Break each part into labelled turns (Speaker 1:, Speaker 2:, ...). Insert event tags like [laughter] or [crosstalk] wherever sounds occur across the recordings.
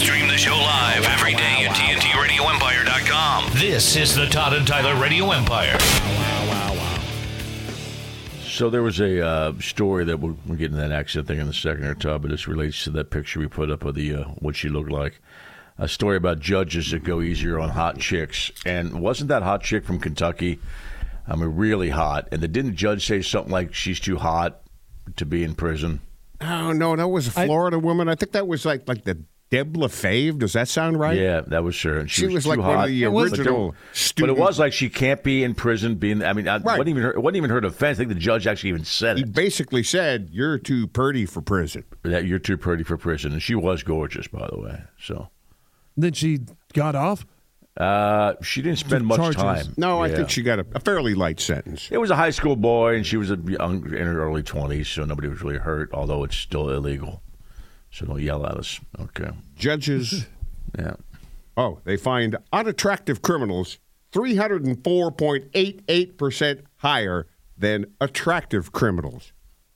Speaker 1: Stream the show live every day at TNTRadioEmpire.com. This is the Todd and Tyler Radio Empire.
Speaker 2: So there was a uh, story that we'll, we'll get into that accident thing in a second or Todd, but this relates to that picture we put up of the uh, what she looked like. A story about judges that go easier on hot chicks, and wasn't that hot chick from Kentucky? I mean, really hot. And the, didn't the judge say something like she's too hot to be in prison?
Speaker 3: Oh no, that was a Florida woman. I think that was like like the Deb LaFave. Does that sound right?
Speaker 2: Yeah, that was her. And she,
Speaker 3: She was like
Speaker 2: too
Speaker 3: one of
Speaker 2: hot.
Speaker 3: the
Speaker 2: But there-
Speaker 3: original
Speaker 2: But it
Speaker 3: student-
Speaker 2: was like she can't be in prison. Being, I mean, I,
Speaker 3: Right.
Speaker 2: wasn't even her, it wasn't even her defense. I think the judge actually even said
Speaker 3: He
Speaker 2: it.
Speaker 3: basically said, "You're too purty for prison."
Speaker 2: that you're too pretty for prison. And she was gorgeous, by the way. So
Speaker 4: Then she got off.
Speaker 2: uh, she didn't spend much
Speaker 4: Charges.
Speaker 2: time.
Speaker 3: No, I
Speaker 2: Yeah.
Speaker 3: think she got a, a fairly light sentence.
Speaker 2: It was a high school boy, and she was a young, in her early twenties, so nobody was really hurt. Although it's still illegal, so don't yell at us. Okay. [laughs]
Speaker 3: Judges,
Speaker 2: Yeah.
Speaker 3: oh, they find unattractive criminals 304.88% higher than attractive criminals,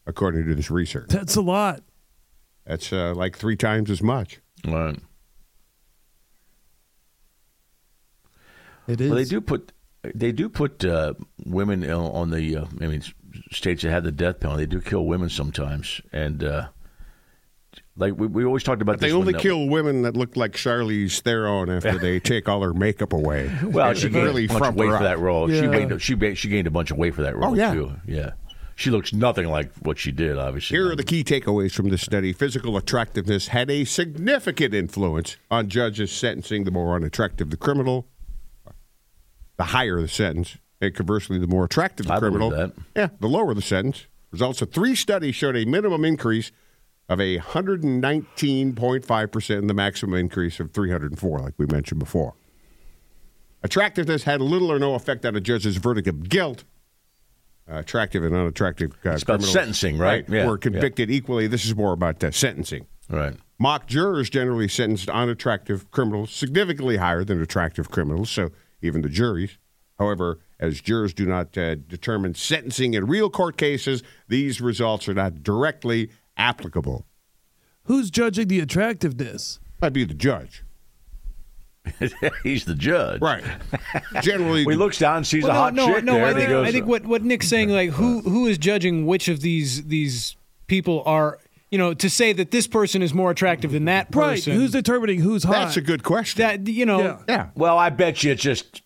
Speaker 3: according to this research.
Speaker 4: That's a lot.
Speaker 3: That's uh, like three times as much.
Speaker 2: All right.
Speaker 4: It is.
Speaker 2: Well, they do put they do put uh, women you know, on the uh, I mean s- states that have the death penalty. They do kill women sometimes, and uh, like we, we always talked about.
Speaker 3: They
Speaker 2: this when
Speaker 3: only
Speaker 2: that-
Speaker 3: kill women that look like Charlize Theron
Speaker 2: [laughs]
Speaker 3: after they take all her makeup away.
Speaker 2: Well,
Speaker 3: And
Speaker 2: she
Speaker 3: it
Speaker 2: gained
Speaker 3: really
Speaker 2: a bunch of
Speaker 3: frump
Speaker 2: weight
Speaker 3: her
Speaker 2: for
Speaker 3: up.
Speaker 2: that role. She
Speaker 4: Yeah.
Speaker 2: gained she ba- she gained a bunch of weight for that role
Speaker 3: yeah.
Speaker 2: too. Yeah, she looks nothing like what she did. Obviously,
Speaker 3: Here are the key takeaways from this study. Physical attractiveness had a significant influence on judges sentencing the more unattractive the criminal, the higher the sentence, and conversely, the more attractive the
Speaker 2: I believe
Speaker 3: criminal,
Speaker 2: that.
Speaker 3: yeah, the lower the sentence. Results of three studies showed a minimum increase of a 119.5% and the maximum increase of 304, like we mentioned before. Attractiveness had little or no effect on a judge's verdict of guilt. Uh, attractive and unattractive uh,
Speaker 2: about
Speaker 3: criminals-
Speaker 2: sentencing, right? Yeah,
Speaker 3: were convicted equally. This is more about uh, sentencing.
Speaker 2: right. [laughs]
Speaker 3: Mock jurors generally sentenced unattractive criminals significantly higher than attractive criminals, so even the juries. However, as jurors do not uh, determine sentencing in real court cases, these results are not directly applicable.
Speaker 4: Who's judging the attractiveness?
Speaker 3: That'd be the judge.
Speaker 2: He's the judge. [laughs]
Speaker 3: Right. Generally,
Speaker 2: Well, he looks down, sees a
Speaker 5: Well,
Speaker 2: hot
Speaker 5: no,
Speaker 2: chick
Speaker 5: no,
Speaker 2: there,
Speaker 5: I
Speaker 2: and he
Speaker 5: think,
Speaker 2: goes. Uh.
Speaker 5: I think what what Nick's saying, like who who is judging which of these these people are, you know, to say that this person is more attractive than that person.
Speaker 4: Right. Who's determining who's hot?
Speaker 3: that's a good question.
Speaker 5: that? You know,
Speaker 4: Yeah.
Speaker 3: yeah.
Speaker 2: well, I bet you it's just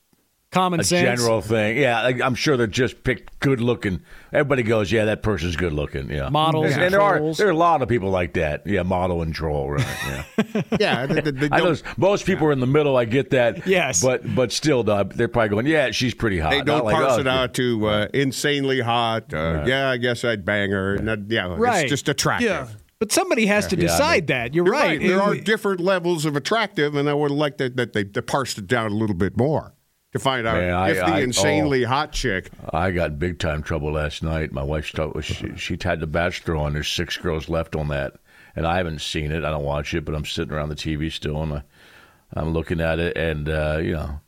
Speaker 5: common
Speaker 2: a
Speaker 5: sense.
Speaker 2: general thing. Yeah, like, I'm sure they're just picked good looking. Everybody goes, yeah, that person's good looking. Yeah,
Speaker 5: Models
Speaker 2: And,
Speaker 5: and
Speaker 2: there are
Speaker 5: trolls.
Speaker 2: there are a lot of people like that. Yeah, model and troll. Right. Yeah.
Speaker 3: Yeah. They, they- they
Speaker 2: I know
Speaker 3: don't,
Speaker 2: most people are in the middle. I get that.
Speaker 5: Yes.
Speaker 2: but but still, though, they're probably going, yeah, she's pretty hot.
Speaker 3: they
Speaker 2: Not
Speaker 3: don't
Speaker 2: like,
Speaker 3: parse
Speaker 2: oh,
Speaker 3: it out to uh, insanely hot. Uh, Yeah, I guess I'd bang her. and that- yeah,
Speaker 5: Right.
Speaker 3: it's just attractive.
Speaker 4: Yeah.
Speaker 5: but somebody has to decide that. You're,
Speaker 3: You're
Speaker 5: right.
Speaker 3: right. There
Speaker 5: And
Speaker 3: are
Speaker 5: we-
Speaker 3: different levels of attractive, and I would like that, that they, they parsed it down a little bit more to find out
Speaker 2: Man, I-
Speaker 3: if the
Speaker 2: I- oh.
Speaker 3: insanely hot chick.
Speaker 2: I got in big time trouble last night. My wife started, she, she had The Bachelor on. There's six girls left on that, and I haven't seen it. I don't watch it, but I'm sitting around the TV still, and I, I'm looking at it, and uh, you know,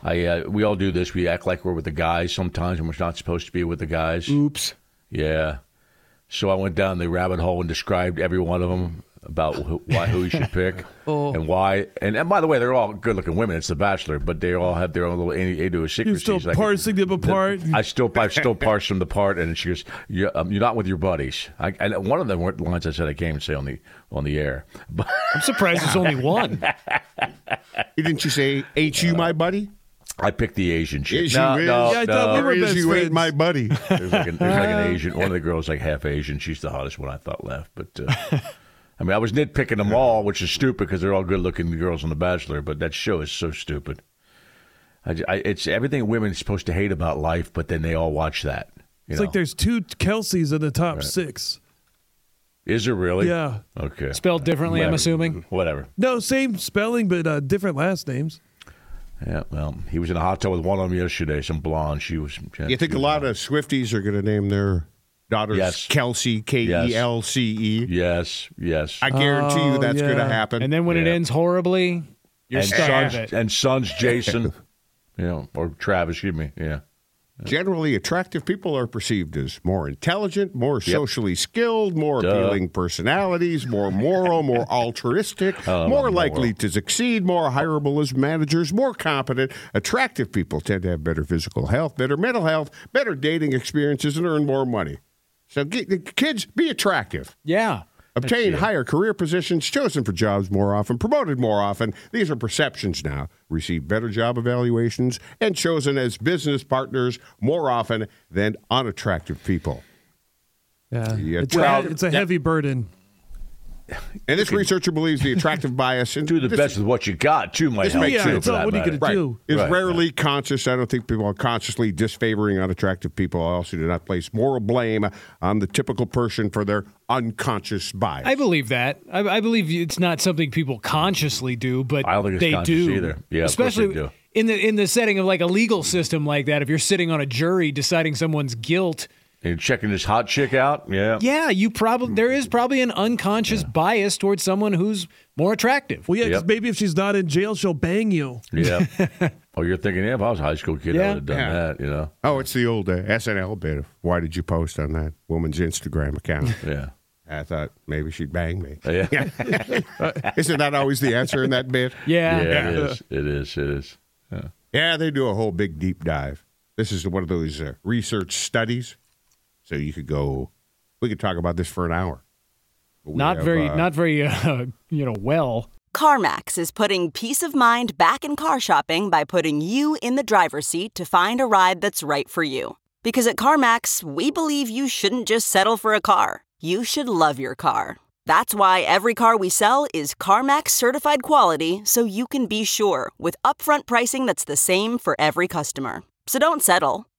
Speaker 2: I uh, we all do this. We act like we're with the guys sometimes, and we're not supposed to be with the guys.
Speaker 5: Oops.
Speaker 2: Yeah. So I went down the rabbit hole and described every one of them about who, why who you should pick and why. And, and by the way, they're all good-looking women. It's The Bachelor, but they all have their own little idiosyncrasies.
Speaker 4: You're still
Speaker 2: I could-
Speaker 4: parsing them apart.
Speaker 2: I still I still parse them apart, and she goes, "You're, um, you're not with your buddies." I, and one of them weren't lines I said I came and say on the on the air, but
Speaker 5: I'm surprised it's only one.
Speaker 3: Didn't you say, ain't you my buddy?
Speaker 2: I picked the Asian chick.
Speaker 3: Is
Speaker 2: no,
Speaker 3: you is?
Speaker 2: no,
Speaker 4: Yeah, I
Speaker 2: no.
Speaker 4: thought we
Speaker 3: Or
Speaker 4: Uh, were
Speaker 3: is
Speaker 4: best
Speaker 3: you ain't
Speaker 4: friends.
Speaker 2: [laughs]
Speaker 3: my buddy?
Speaker 2: There's like, an, there's like an
Speaker 4: [laughs]
Speaker 2: Asian. One of the girls like half Asian. She's the hottest one I thought left. But uh, [laughs] I mean, I was nitpicking them all, which is stupid because they're all good-looking girls on The Bachelor. But that show is so stupid. I, ju- I- it's everything women are supposed to hate about life, but then they all watch that. You
Speaker 4: It's
Speaker 2: know?
Speaker 4: like there's two Kelseys in the top six.
Speaker 2: is it really?
Speaker 4: Yeah.
Speaker 2: Okay.
Speaker 5: Spelled differently, I'm
Speaker 2: Whatever.
Speaker 5: assuming.
Speaker 2: Whatever.
Speaker 4: No, same spelling, but uh, different last names.
Speaker 2: Yeah, well, he was in a hot tub with one of them yesterday. Some blonde. She was.
Speaker 3: You think a lot of Swifties are going to name their daughters
Speaker 2: Yes.
Speaker 3: Kelsey, K E L C E?
Speaker 2: Yes, yes.
Speaker 3: I guarantee you
Speaker 4: Oh,
Speaker 3: that's going to
Speaker 4: yeah.
Speaker 3: happen.
Speaker 5: And then when it
Speaker 2: Yeah.
Speaker 5: ends horribly, you're
Speaker 2: and
Speaker 5: stuck
Speaker 2: sons,
Speaker 5: with it.
Speaker 2: and sons, Jason. you know, or Travis. Excuse me. Yeah.
Speaker 3: Generally, attractive people are perceived as more intelligent, more socially skilled, more appealing personalities, more moral, more altruistic, more likely to succeed, more hireable as managers, more competent. Attractive people tend to have better physical health, better mental health, better dating experiences, and earn more money. So, get, kids, be attractive.
Speaker 5: Yeah.
Speaker 3: Obtain higher career positions, chosen for jobs more often, promoted more often. These are perceptions now. Receive better job evaluations and chosen as business partners more often than unattractive people.
Speaker 4: Yeah.
Speaker 3: Yeah,
Speaker 4: it's, a-
Speaker 3: well,
Speaker 4: it's a heavy burden.
Speaker 3: And this researcher believes
Speaker 2: [laughs]
Speaker 3: the attractive bias and
Speaker 2: Do the
Speaker 3: this-
Speaker 2: best with what you got, too, might
Speaker 3: this
Speaker 2: help,
Speaker 3: makes
Speaker 2: too,
Speaker 3: sense.
Speaker 2: for
Speaker 4: It's all-
Speaker 2: that
Speaker 4: what are you
Speaker 2: matter.
Speaker 3: Right.
Speaker 4: gonna do.
Speaker 3: Is
Speaker 2: Right,
Speaker 3: rarely conscious. I don't think people are consciously disfavoring unattractive people. I also do not place moral blame on the typical person for their unconscious bias.
Speaker 5: I believe that. I, I believe it's not something people consciously do, but
Speaker 2: I don't think it's
Speaker 5: they
Speaker 2: conscious
Speaker 5: do.
Speaker 2: either. Yeah, of course
Speaker 5: especially
Speaker 2: they do.
Speaker 5: in the in the setting of like a legal system like that. If you're sitting on a jury deciding someone's guilt,
Speaker 2: And checking this hot chick out. Yeah.
Speaker 5: yeah, you
Speaker 2: Mm-hmm.
Speaker 5: probably there is probably an unconscious bias towards someone who's more attractive.
Speaker 4: Well, yeah, 'cause
Speaker 2: Yep.
Speaker 4: maybe if she's not in jail, she'll bang you.
Speaker 2: Yeah. [laughs] oh, you're thinking, yeah, if I was a high school kid, I
Speaker 5: Yeah.
Speaker 2: would have done
Speaker 3: Yeah.
Speaker 2: that, you know?
Speaker 3: oh, it's the old uh, SNL bit of why did you post on that woman's Instagram account?
Speaker 2: Yeah.
Speaker 3: I thought maybe she'd bang me. [laughs]
Speaker 2: Yeah. yeah,
Speaker 3: Isn't that always the answer in that bit?
Speaker 5: yeah.
Speaker 2: it is. It is. It is.
Speaker 3: Yeah, they do a whole big deep dive. This is one of those uh, research studies. So you could go, we could talk about this for an hour. We
Speaker 5: not
Speaker 3: have,
Speaker 5: very
Speaker 3: uh,
Speaker 5: not very [laughs] uh, you know well.
Speaker 6: CarMax is putting peace of mind back in car shopping by putting you in the driver's seat to find a ride that's right for you. Because at CarMax, we believe you shouldn't just settle for a car, you should love your car. That's why every car we sell is CarMax certified quality so you can be sure with upfront pricing that's the same for every customer. So don't settle.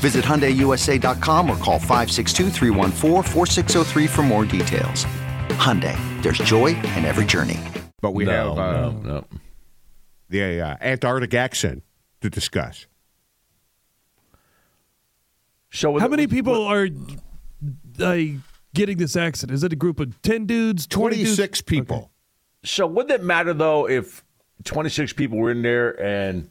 Speaker 7: Visit HyundaiUSA.com or call 562-314-4603 for more details. Hyundai, there's joy in every journey.
Speaker 3: But we
Speaker 2: no,
Speaker 3: have
Speaker 2: no,
Speaker 3: uh,
Speaker 2: no.
Speaker 3: the uh, Antarctic accent to discuss.
Speaker 2: So with-
Speaker 4: How many
Speaker 2: with-
Speaker 4: people are like getting this accident? Is it a group of ten dudes, twenty dudes?
Speaker 3: 26 people.
Speaker 2: So would that matter though if 26 people were in there and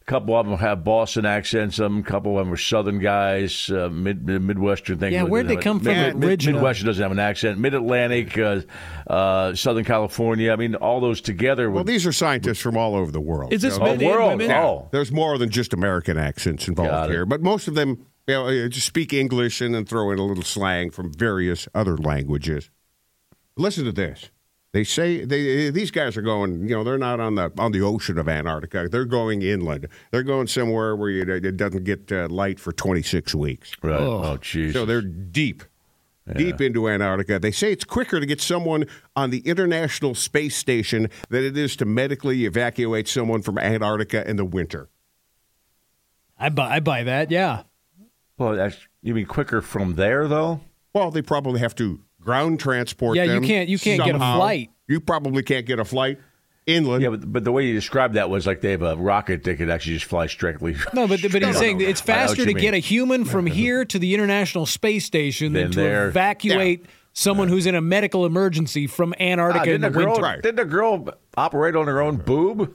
Speaker 2: a couple of them have Boston accents, some a couple of them were Southern guys, uh, mid Midwestern thing.
Speaker 5: Yeah, where'd they come from
Speaker 2: Mid- Mid-
Speaker 5: originally?
Speaker 2: Midwestern doesn't have an accent. Mid Atlantic, uh, uh, Southern California. I mean, all those together.
Speaker 3: Well,
Speaker 2: Would,
Speaker 3: these are scientists from all over the world.
Speaker 4: Is this
Speaker 2: Oh,
Speaker 4: men and
Speaker 2: world.
Speaker 4: women?
Speaker 2: Oh.
Speaker 3: There's more than just American accents
Speaker 2: Got
Speaker 3: involved
Speaker 2: it.
Speaker 3: here, but most of them you know, uh, just speak English and then throw in a little slang from various other languages. Listen to this. They say they, eh, these guys are going. You know, they're not on the on the ocean of Antarctica. They're going inland. They're going somewhere where you, it doesn't get uh, light for 26 weeks.
Speaker 2: Right. Oh, jeez.
Speaker 3: So they're deep, deep into Antarctica. They say it's quicker to get someone on the International Space Station than it is to medically evacuate someone from Antarctica in the winter.
Speaker 5: I buy I buy that. Yeah.
Speaker 2: Well, that's you mean quicker from there though?
Speaker 3: Well, they probably have to ground transport.
Speaker 5: Yeah, you
Speaker 3: them
Speaker 5: can't- you can't get a
Speaker 3: somehow.
Speaker 5: flight.
Speaker 3: You probably can't get a flight inland.
Speaker 2: Yeah, but, but the way you described that was like they have a rocket that could actually just fly strictly.
Speaker 5: No, but but he's
Speaker 2: No,
Speaker 5: saying
Speaker 2: no.
Speaker 5: it's
Speaker 2: I know what
Speaker 5: faster
Speaker 2: you
Speaker 5: to
Speaker 2: mean.
Speaker 5: get a human from here to the International Space Station than
Speaker 2: Than
Speaker 5: to
Speaker 2: there.
Speaker 5: evacuate someone who's in a medical emergency from
Speaker 2: Ah,
Speaker 5: Antarctica in
Speaker 2: didn't
Speaker 5: the
Speaker 2: a girl?
Speaker 5: winter.
Speaker 2: Didn't a girl operate on her own boob?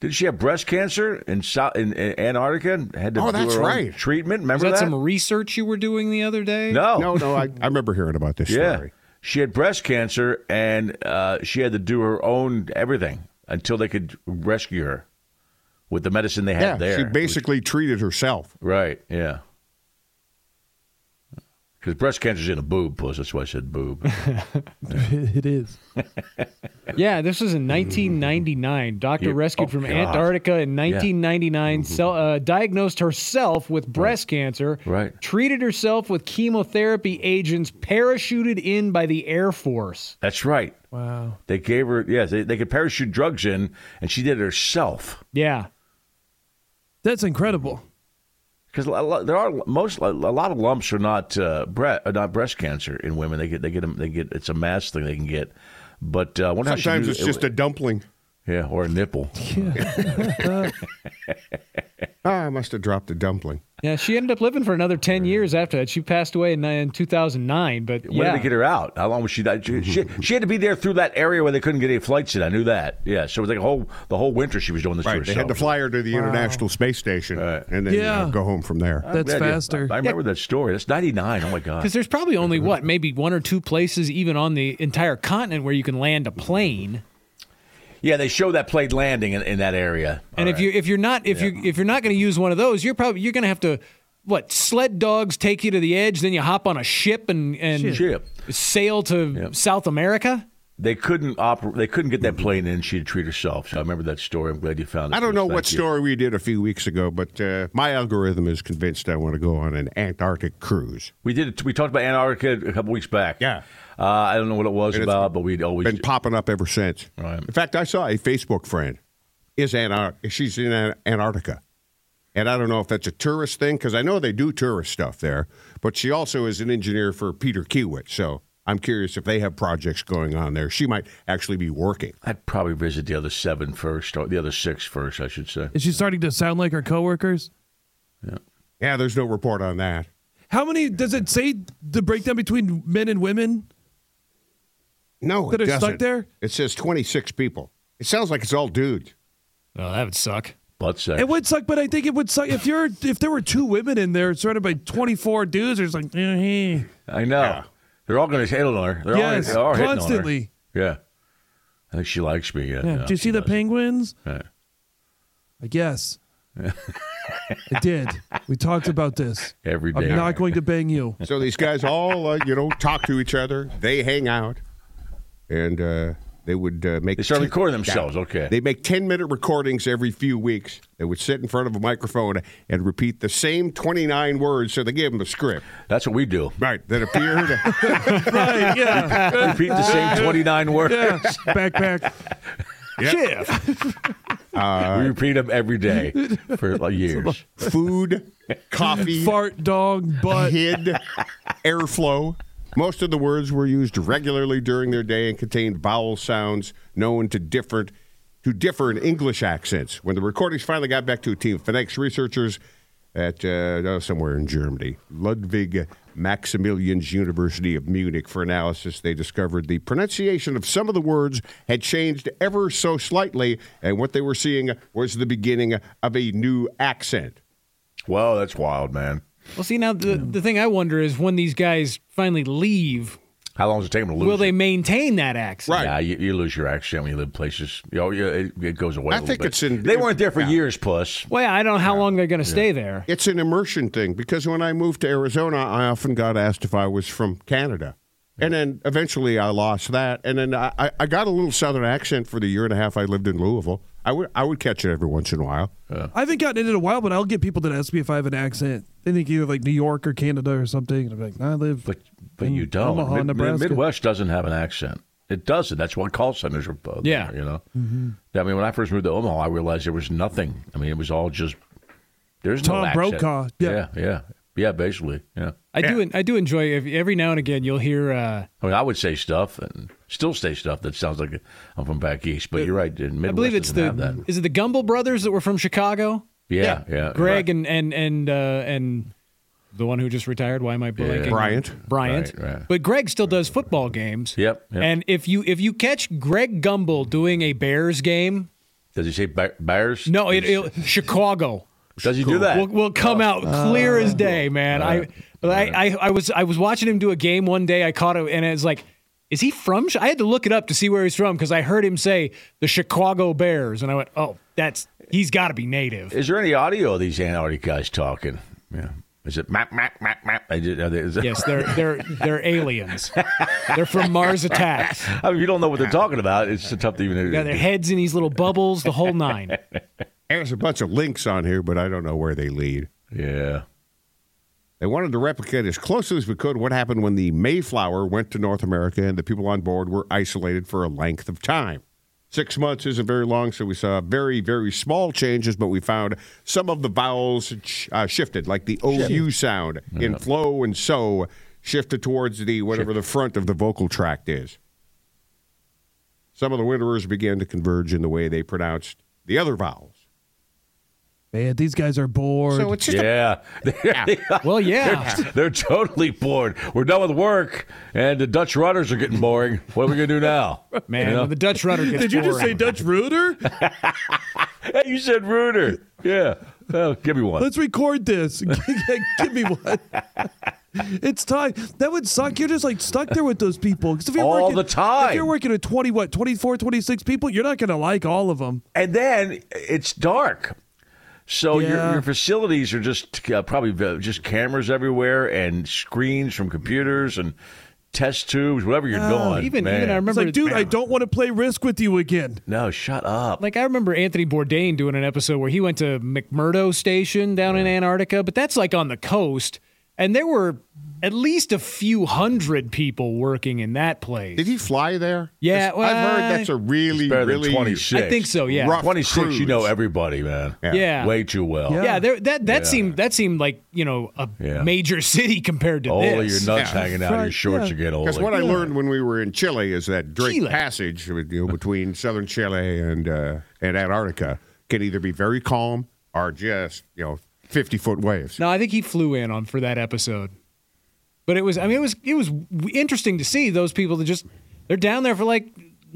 Speaker 2: Did she have breast cancer in South in, in Antarctica? And had to
Speaker 3: Oh,
Speaker 2: do
Speaker 3: that's
Speaker 2: her own
Speaker 3: right.
Speaker 2: treatment.
Speaker 5: Was
Speaker 2: Remember
Speaker 5: that,
Speaker 2: that?
Speaker 5: some research you were doing the other day?
Speaker 2: no,
Speaker 3: No, no, I, I remember hearing about this
Speaker 2: yeah,
Speaker 3: story.
Speaker 2: she had breast cancer and uh, she had to do her own everything until they could rescue her with the medicine they had
Speaker 3: Yeah,
Speaker 2: there.
Speaker 3: she basically treated herself.
Speaker 2: right? Yeah. Because breast cancer's in a boob, plus that's why I said
Speaker 3: [laughs]
Speaker 2: boob.
Speaker 4: it is.
Speaker 5: Yeah, this was in 1999. Doctor
Speaker 2: Yeah.
Speaker 5: rescued
Speaker 2: Mm-hmm. Oh, God.
Speaker 5: from
Speaker 2: Mm-hmm.
Speaker 5: Antarctica in 1999. Cel- uh, diagnosed herself with breast cancer.
Speaker 2: Right.
Speaker 5: Treated herself with chemotherapy agents parachuted in by the Air Force.
Speaker 2: That's right.
Speaker 4: Wow.
Speaker 2: They gave her, yes, they, they could parachute drugs in, and she did it herself.
Speaker 5: Yeah.
Speaker 4: That's incredible.
Speaker 2: Because there are most a lot of lumps are not uh, bre- are not breast cancer in women. They get they get them they get it's a mass thing they can get. But uh, I wonder how she
Speaker 3: Sometimes
Speaker 2: do-
Speaker 3: it's just a dumpling.
Speaker 2: yeah or a nipple.
Speaker 3: Ah, I must have dropped a dumpling.
Speaker 5: Yeah, she ended up living for another 10 years after that. She passed away in, ni- in 2009, but
Speaker 2: When
Speaker 5: yeah.
Speaker 2: did they get her out? How long was she? That she, she she had to be there through that area where they couldn't get any flights in. I knew that. Yeah, so it was like a whole the whole winter she was doing this. to
Speaker 3: Right. They had
Speaker 2: herself.
Speaker 3: to fly her to the International Space Station and then
Speaker 4: Yeah.
Speaker 3: uh, go home from there.
Speaker 2: I'm
Speaker 4: That's
Speaker 2: glad you-
Speaker 4: faster.
Speaker 2: I, I remember that story. That's ninety nine. Oh my god.
Speaker 5: Because there's probably only, what, maybe one or two places even on the entire continent where you can land a plane.
Speaker 2: Yeah, they show that plane landing in, in that area.
Speaker 5: And
Speaker 2: All
Speaker 5: if you if you're not if you if you're not going to use one of those, you're probably you're going to have to what sled dogs take you to the edge, then you hop on a ship and and
Speaker 2: Ship.
Speaker 5: sail to South America.
Speaker 2: They couldn't oper- They couldn't get that plane in. She had to treat herself. So I remember that story. I'm glad you found it.
Speaker 3: I don't
Speaker 2: Chris.
Speaker 3: know
Speaker 2: Thank
Speaker 3: what
Speaker 2: you.
Speaker 3: story we did a few weeks ago, but uh, my algorithm is convinced I want to go on an Antarctic cruise.
Speaker 2: we did. We talked about Antarctica a couple weeks back.
Speaker 3: Yeah.
Speaker 2: uh, I don't know what it was about, but we'd always
Speaker 3: Been popping up ever since.
Speaker 2: Right.
Speaker 3: In fact, I saw a Facebook friend is Antar- She's in An- Antarctica, and I don't know if that's a tourist thing because I know they do tourist stuff there. But she also is an engineer for Peter Kiewit, so I'm curious if they have projects going on there. She might actually be working.
Speaker 2: I'd probably visit the other seven first, or the other six first, I should say.
Speaker 4: Is she starting to sound like her coworkers?
Speaker 3: Yeah, there's no report on that.
Speaker 4: How many does it say the breakdown between men and women?
Speaker 3: No,
Speaker 4: That
Speaker 3: it
Speaker 4: are stuck
Speaker 3: doesn't.
Speaker 4: there?
Speaker 3: It says 26 people. It sounds like it's all dudes.
Speaker 5: Oh, that would suck.
Speaker 2: Butt sex.
Speaker 4: It would suck, but I think it would suck if you're if there were two women in there surrounded by 24 dudes. It's like, eh, eh.
Speaker 2: I know. They're all going to hit on her. They're
Speaker 4: yes,
Speaker 2: all, they're all
Speaker 4: constantly.
Speaker 2: Hitting on her. Yeah, I think she likes me. Yeah.
Speaker 4: Yeah.
Speaker 2: no,
Speaker 4: Do you
Speaker 2: she
Speaker 4: see the
Speaker 2: does.
Speaker 4: penguins?
Speaker 2: Yeah.
Speaker 4: I
Speaker 2: [laughs]
Speaker 4: guess. I did. We talked about this.
Speaker 2: Every day.
Speaker 4: I'm not going to
Speaker 2: [laughs]
Speaker 4: bang you.
Speaker 3: So these guys all, uh, you know, talk to each other. They hang out, and uh, they would uh, make.
Speaker 2: They start
Speaker 3: ten-
Speaker 2: recording themselves, okay.
Speaker 3: They make ten minute recordings every few weeks. They would sit in front of a microphone and repeat the same twenty nine words. So they gave them a script,
Speaker 2: That's what we
Speaker 4: [laughs]
Speaker 2: do.
Speaker 3: right? That
Speaker 2: [laughs]
Speaker 3: appeared.
Speaker 4: right, yeah.
Speaker 2: Repeat the same 29 words.
Speaker 4: Yeah. [laughs] Backpack.
Speaker 2: we repeat them every
Speaker 4: [laughs]
Speaker 2: day for like years.
Speaker 3: food, coffee,
Speaker 4: Fart dog butt.
Speaker 3: hid, airflow. Most of the words were used regularly during their day and contained vowel sounds known to different to differ in English accents. When the recordings finally got back to a team of phonetics researchers at uh, oh, somewhere in Germany, Ludwig Maximilians University of Munich for analysis, they discovered the pronunciation of some of the words had changed ever so slightly, and what they were seeing was the beginning of a new accent.
Speaker 2: Well, that's wild, man.
Speaker 5: Well, see now the the thing I wonder is when these guys finally leave,
Speaker 2: How long does it take them to lose?
Speaker 5: will
Speaker 2: it?
Speaker 5: they maintain that accent?
Speaker 3: Right.
Speaker 2: Yeah, you, you lose your accent when you live places. You know, you- it, it goes away.
Speaker 3: I
Speaker 2: a little
Speaker 3: think
Speaker 2: bit.
Speaker 3: it's in-
Speaker 2: They weren't there for years, plus.
Speaker 5: Well, yeah, I don't know how long they're going to stay there.
Speaker 3: It's an immersion thing because when I moved to Arizona, I often got asked if I was from Canada. And then eventually I lost that. And then I, I- I got a little Southern accent for the year and a half I lived in Louisville. I would, I would catch it every once in a while.
Speaker 4: I haven't gotten it in a while, but I'll get people that ask me if I have an accent. They think either like New York or Canada or something. And I'm like, I live.
Speaker 2: But but
Speaker 4: in
Speaker 2: you don't.
Speaker 4: Omaha,
Speaker 2: Mid-
Speaker 4: Nebraska.
Speaker 2: Midwest doesn't have an accent. It doesn't. That's why call centers are. Uh,
Speaker 5: Yeah.
Speaker 2: You know.
Speaker 4: Mm-hmm.
Speaker 2: I mean, when I first moved to Omaha, I realized there was nothing. I mean, it was all just. There's no
Speaker 4: Tom
Speaker 2: accent.
Speaker 4: Brokaw, yeah.
Speaker 2: Yeah. Yeah. Yeah, basically. Yeah.
Speaker 5: I do. en- I do enjoy ev- every now and again. You'll hear. Uh,
Speaker 2: I mean, I would say stuff and still say stuff that sounds like I'm from back east, but you're right. the
Speaker 5: I
Speaker 2: Midwest
Speaker 5: believe it's
Speaker 2: doesn't have that.
Speaker 5: the. Is it the Gumble brothers that were from Chicago?
Speaker 2: Yeah, yeah.
Speaker 5: Greg and and and uh, and the one who just retired. Why am I blanking?
Speaker 3: Bryant.
Speaker 5: Bryant.
Speaker 2: Right, right.
Speaker 5: But Greg still does football games.
Speaker 2: Yep, yep.
Speaker 5: And if you if you catch Greg Gumble doing a Bears game,
Speaker 2: Does he say Ba- Bears?
Speaker 5: no, it, it'll- Chicago
Speaker 2: Does he do that? Uh,
Speaker 5: will will come out clear as day, man. I, I I I was I was watching him do a game one day. I caught it and it was like. Is he from? Chi- I had to look it up to see where he's from because I heard him say the Chicago Bears, and I went, "Oh, that's he's got to be native."
Speaker 2: Is there any audio of these Antarctic guys talking? Yeah. Is it map, map, map, map? I did- are they- is it-
Speaker 5: Yes, they're they're they're aliens. They're from Mars Attacks.
Speaker 2: I mean, if you don't know what they're talking about, it's tough to even.
Speaker 5: Got their heads in these little bubbles, the whole nine.
Speaker 3: There's a bunch of links on here, but I don't know where they lead.
Speaker 2: yeah.
Speaker 3: They wanted to replicate as closely as we could what happened when the Mayflower went to North America and the people on board were isolated for a length of time. Six months isn't very long, so we saw very, very small changes, but we found some of the vowels sh- uh, shifted, like the OU sound in flow and so shifted towards the whatever the front of the vocal tract is. Some of the winterers began to converge in the way they pronounced the other vowels.
Speaker 4: Man, these guys are bored.
Speaker 3: So it's just a
Speaker 2: Yeah. [laughs]
Speaker 5: Well, yeah.
Speaker 2: They're totally bored. We're done with work, and the Dutch rudders are getting boring. What are we going to do now?
Speaker 5: Man, when the Dutch rudder gets
Speaker 4: Did you just
Speaker 5: boring.
Speaker 4: say Dutch Rooter?
Speaker 2: Hey, you said Ruder. Yeah. Oh, give me one.
Speaker 4: [laughs] Let's record this. [laughs] Give me one. [laughs] It's time. That would suck. You're just like stuck there with those people. 'Cause if you're
Speaker 2: All
Speaker 4: working,
Speaker 2: the time.
Speaker 4: If you're working with 20, what, 24, 26 people, you're not going to like all of them.
Speaker 2: and then it's dark. So your,
Speaker 4: Yeah.
Speaker 2: your facilities are just uh, probably v- just cameras everywhere and screens from computers and test tubes, whatever you're doing.
Speaker 5: even
Speaker 2: Oh, man.
Speaker 5: even I
Speaker 4: It's
Speaker 5: remember
Speaker 4: like, dude, I don't want to play risk with you again.
Speaker 2: no, shut up.
Speaker 5: like I remember Anthony Bourdain doing an episode where he went to McMurdo Station down in Antarctica, but that's like on the coast, and there were at least a few hundred people working in that place.
Speaker 3: Did he fly there?
Speaker 5: Yeah,
Speaker 3: I've heard
Speaker 5: well,
Speaker 3: that's a really,
Speaker 2: It's better
Speaker 3: really
Speaker 2: than 26.
Speaker 5: I think so. Oh, Yeah.
Speaker 3: rough
Speaker 2: 26, you
Speaker 3: cruise.
Speaker 2: know everybody, man.
Speaker 3: Yeah.
Speaker 5: Yeah.
Speaker 2: Way too well.
Speaker 4: Yeah.
Speaker 5: Yeah, there, that that seemed that seemed like you know a
Speaker 2: Yeah.
Speaker 5: major [laughs] city compared to
Speaker 2: Ole, your
Speaker 5: this.
Speaker 2: nuts hanging out of your
Speaker 4: Right,
Speaker 2: shorts
Speaker 4: yeah.
Speaker 2: again, Ole.
Speaker 3: Because what I learned when we were in Chile is that Drake
Speaker 5: Chile.
Speaker 3: Passage you know, between southern Chile and uh, and Antarctica can either be very calm or just you know fifty foot waves.
Speaker 5: No, I think he flew in on for that episode. But it was I mean it was it was w- interesting to see those people that just they're down there for like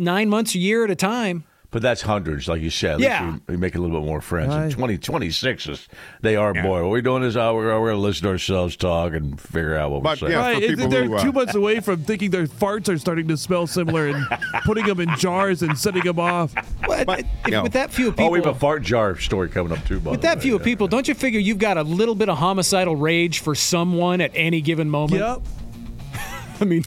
Speaker 5: 9 months a year at a time.
Speaker 2: But that's hundreds, like you said. At least
Speaker 5: Yeah.
Speaker 2: you, you make a little bit more friends.
Speaker 4: Right.
Speaker 2: And 20, 26 is, they are bored. What we're doing is uh, we're, we're going to listen to ourselves talk and figure out what
Speaker 3: But,
Speaker 2: we're saying.
Speaker 3: yeah. for
Speaker 4: Right,
Speaker 3: people
Speaker 4: they're
Speaker 3: who, uh,
Speaker 4: two months away from thinking their farts are starting to smell similar [laughs] and putting them in jars and sending them off.
Speaker 5: But, if-
Speaker 3: no.
Speaker 5: with that few
Speaker 2: Oh,
Speaker 5: people
Speaker 2: we have a fart jar story coming up, too, by
Speaker 5: with
Speaker 2: the
Speaker 5: that
Speaker 2: way.
Speaker 5: few
Speaker 2: Oh, Yeah.
Speaker 5: people, don't you figure you've got a little bit of homicidal rage for someone at any given moment?
Speaker 4: Yep.
Speaker 5: I mean,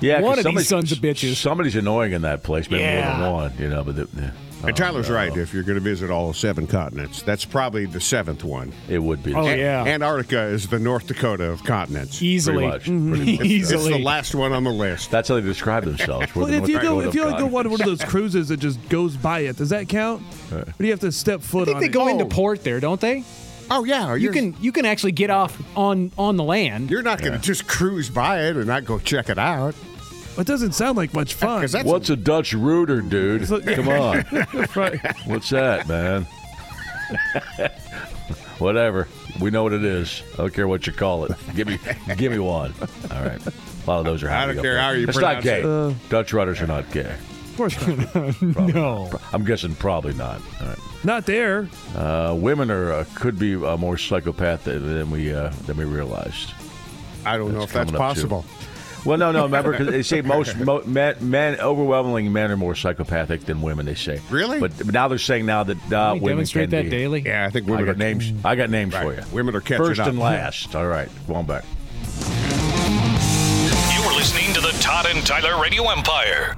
Speaker 2: Yeah, 'cause
Speaker 5: One of these
Speaker 2: somebody's-
Speaker 5: sons of bitches.
Speaker 2: Somebody's annoying in that place, maybe more
Speaker 5: Yeah.
Speaker 2: than one, you know. But the, yeah.
Speaker 3: and Tyler's right. If you're going to visit all seven continents, that's probably the seventh one.
Speaker 2: it would be
Speaker 5: Oh,
Speaker 2: pretty
Speaker 3: An-
Speaker 5: yeah.
Speaker 3: Antarctica is the North Dakota of continents.
Speaker 5: easily. Mm-hmm.
Speaker 2: much. Pretty much.
Speaker 3: It's the
Speaker 5: Easily.
Speaker 3: last one on the list.
Speaker 2: That's how they describe themselves. We're
Speaker 4: Well,
Speaker 2: the
Speaker 4: if you
Speaker 2: North
Speaker 4: go,
Speaker 2: Dakota
Speaker 4: if you
Speaker 2: of
Speaker 4: like go
Speaker 2: God.
Speaker 4: on one of those cruises that just goes by it, does that count? Or do you have to step foot
Speaker 5: I think
Speaker 4: on
Speaker 5: they
Speaker 4: it?
Speaker 5: go
Speaker 3: Oh.
Speaker 5: into port there, don't they?
Speaker 3: Oh yeah,
Speaker 5: You
Speaker 3: you're-
Speaker 5: can you can actually get off on on the land.
Speaker 3: You're not going to just cruise by it and not go check it out.
Speaker 4: It doesn't sound like much fun.
Speaker 3: 'Cause that's
Speaker 2: What's a Dutch rooter, dude?
Speaker 4: like-
Speaker 2: Come
Speaker 3: [laughs]
Speaker 2: on.
Speaker 4: right.
Speaker 2: What's that, man? Whatever. We know what it is. I don't care what you call it. Give me, give me one. All right. A lot of those are.
Speaker 3: I
Speaker 2: happy
Speaker 3: don't
Speaker 2: up
Speaker 3: care
Speaker 2: there.
Speaker 3: how you
Speaker 2: It's not
Speaker 3: pronounce
Speaker 2: gay.
Speaker 3: it.
Speaker 2: Dutch rudders are not gay.
Speaker 4: Of course not.
Speaker 5: no.
Speaker 2: I'm guessing probably not. All right.
Speaker 4: Not there.
Speaker 2: Uh, women are uh, could be uh, more psychopath than- than we uh, than we realized.
Speaker 3: I don't know if
Speaker 2: That's
Speaker 3: that's
Speaker 2: coming up, too.
Speaker 3: possible.
Speaker 2: Well, no, no. Remember, 'cause they say most mo- men, men, overwhelmingly men, are more psychopathic than women. They say.
Speaker 3: Really?
Speaker 2: But, but now they're saying now that uh,
Speaker 5: We
Speaker 2: women can
Speaker 5: demonstrate that
Speaker 2: be.
Speaker 5: daily.
Speaker 3: Yeah, I think
Speaker 2: I
Speaker 3: women
Speaker 2: got
Speaker 3: are
Speaker 2: names. I got names
Speaker 3: Right.
Speaker 2: for you.
Speaker 3: Women are catching
Speaker 2: First
Speaker 3: up.
Speaker 2: and last. All right, going back.
Speaker 1: You're listening to the Todd and Tyler Radio Empire.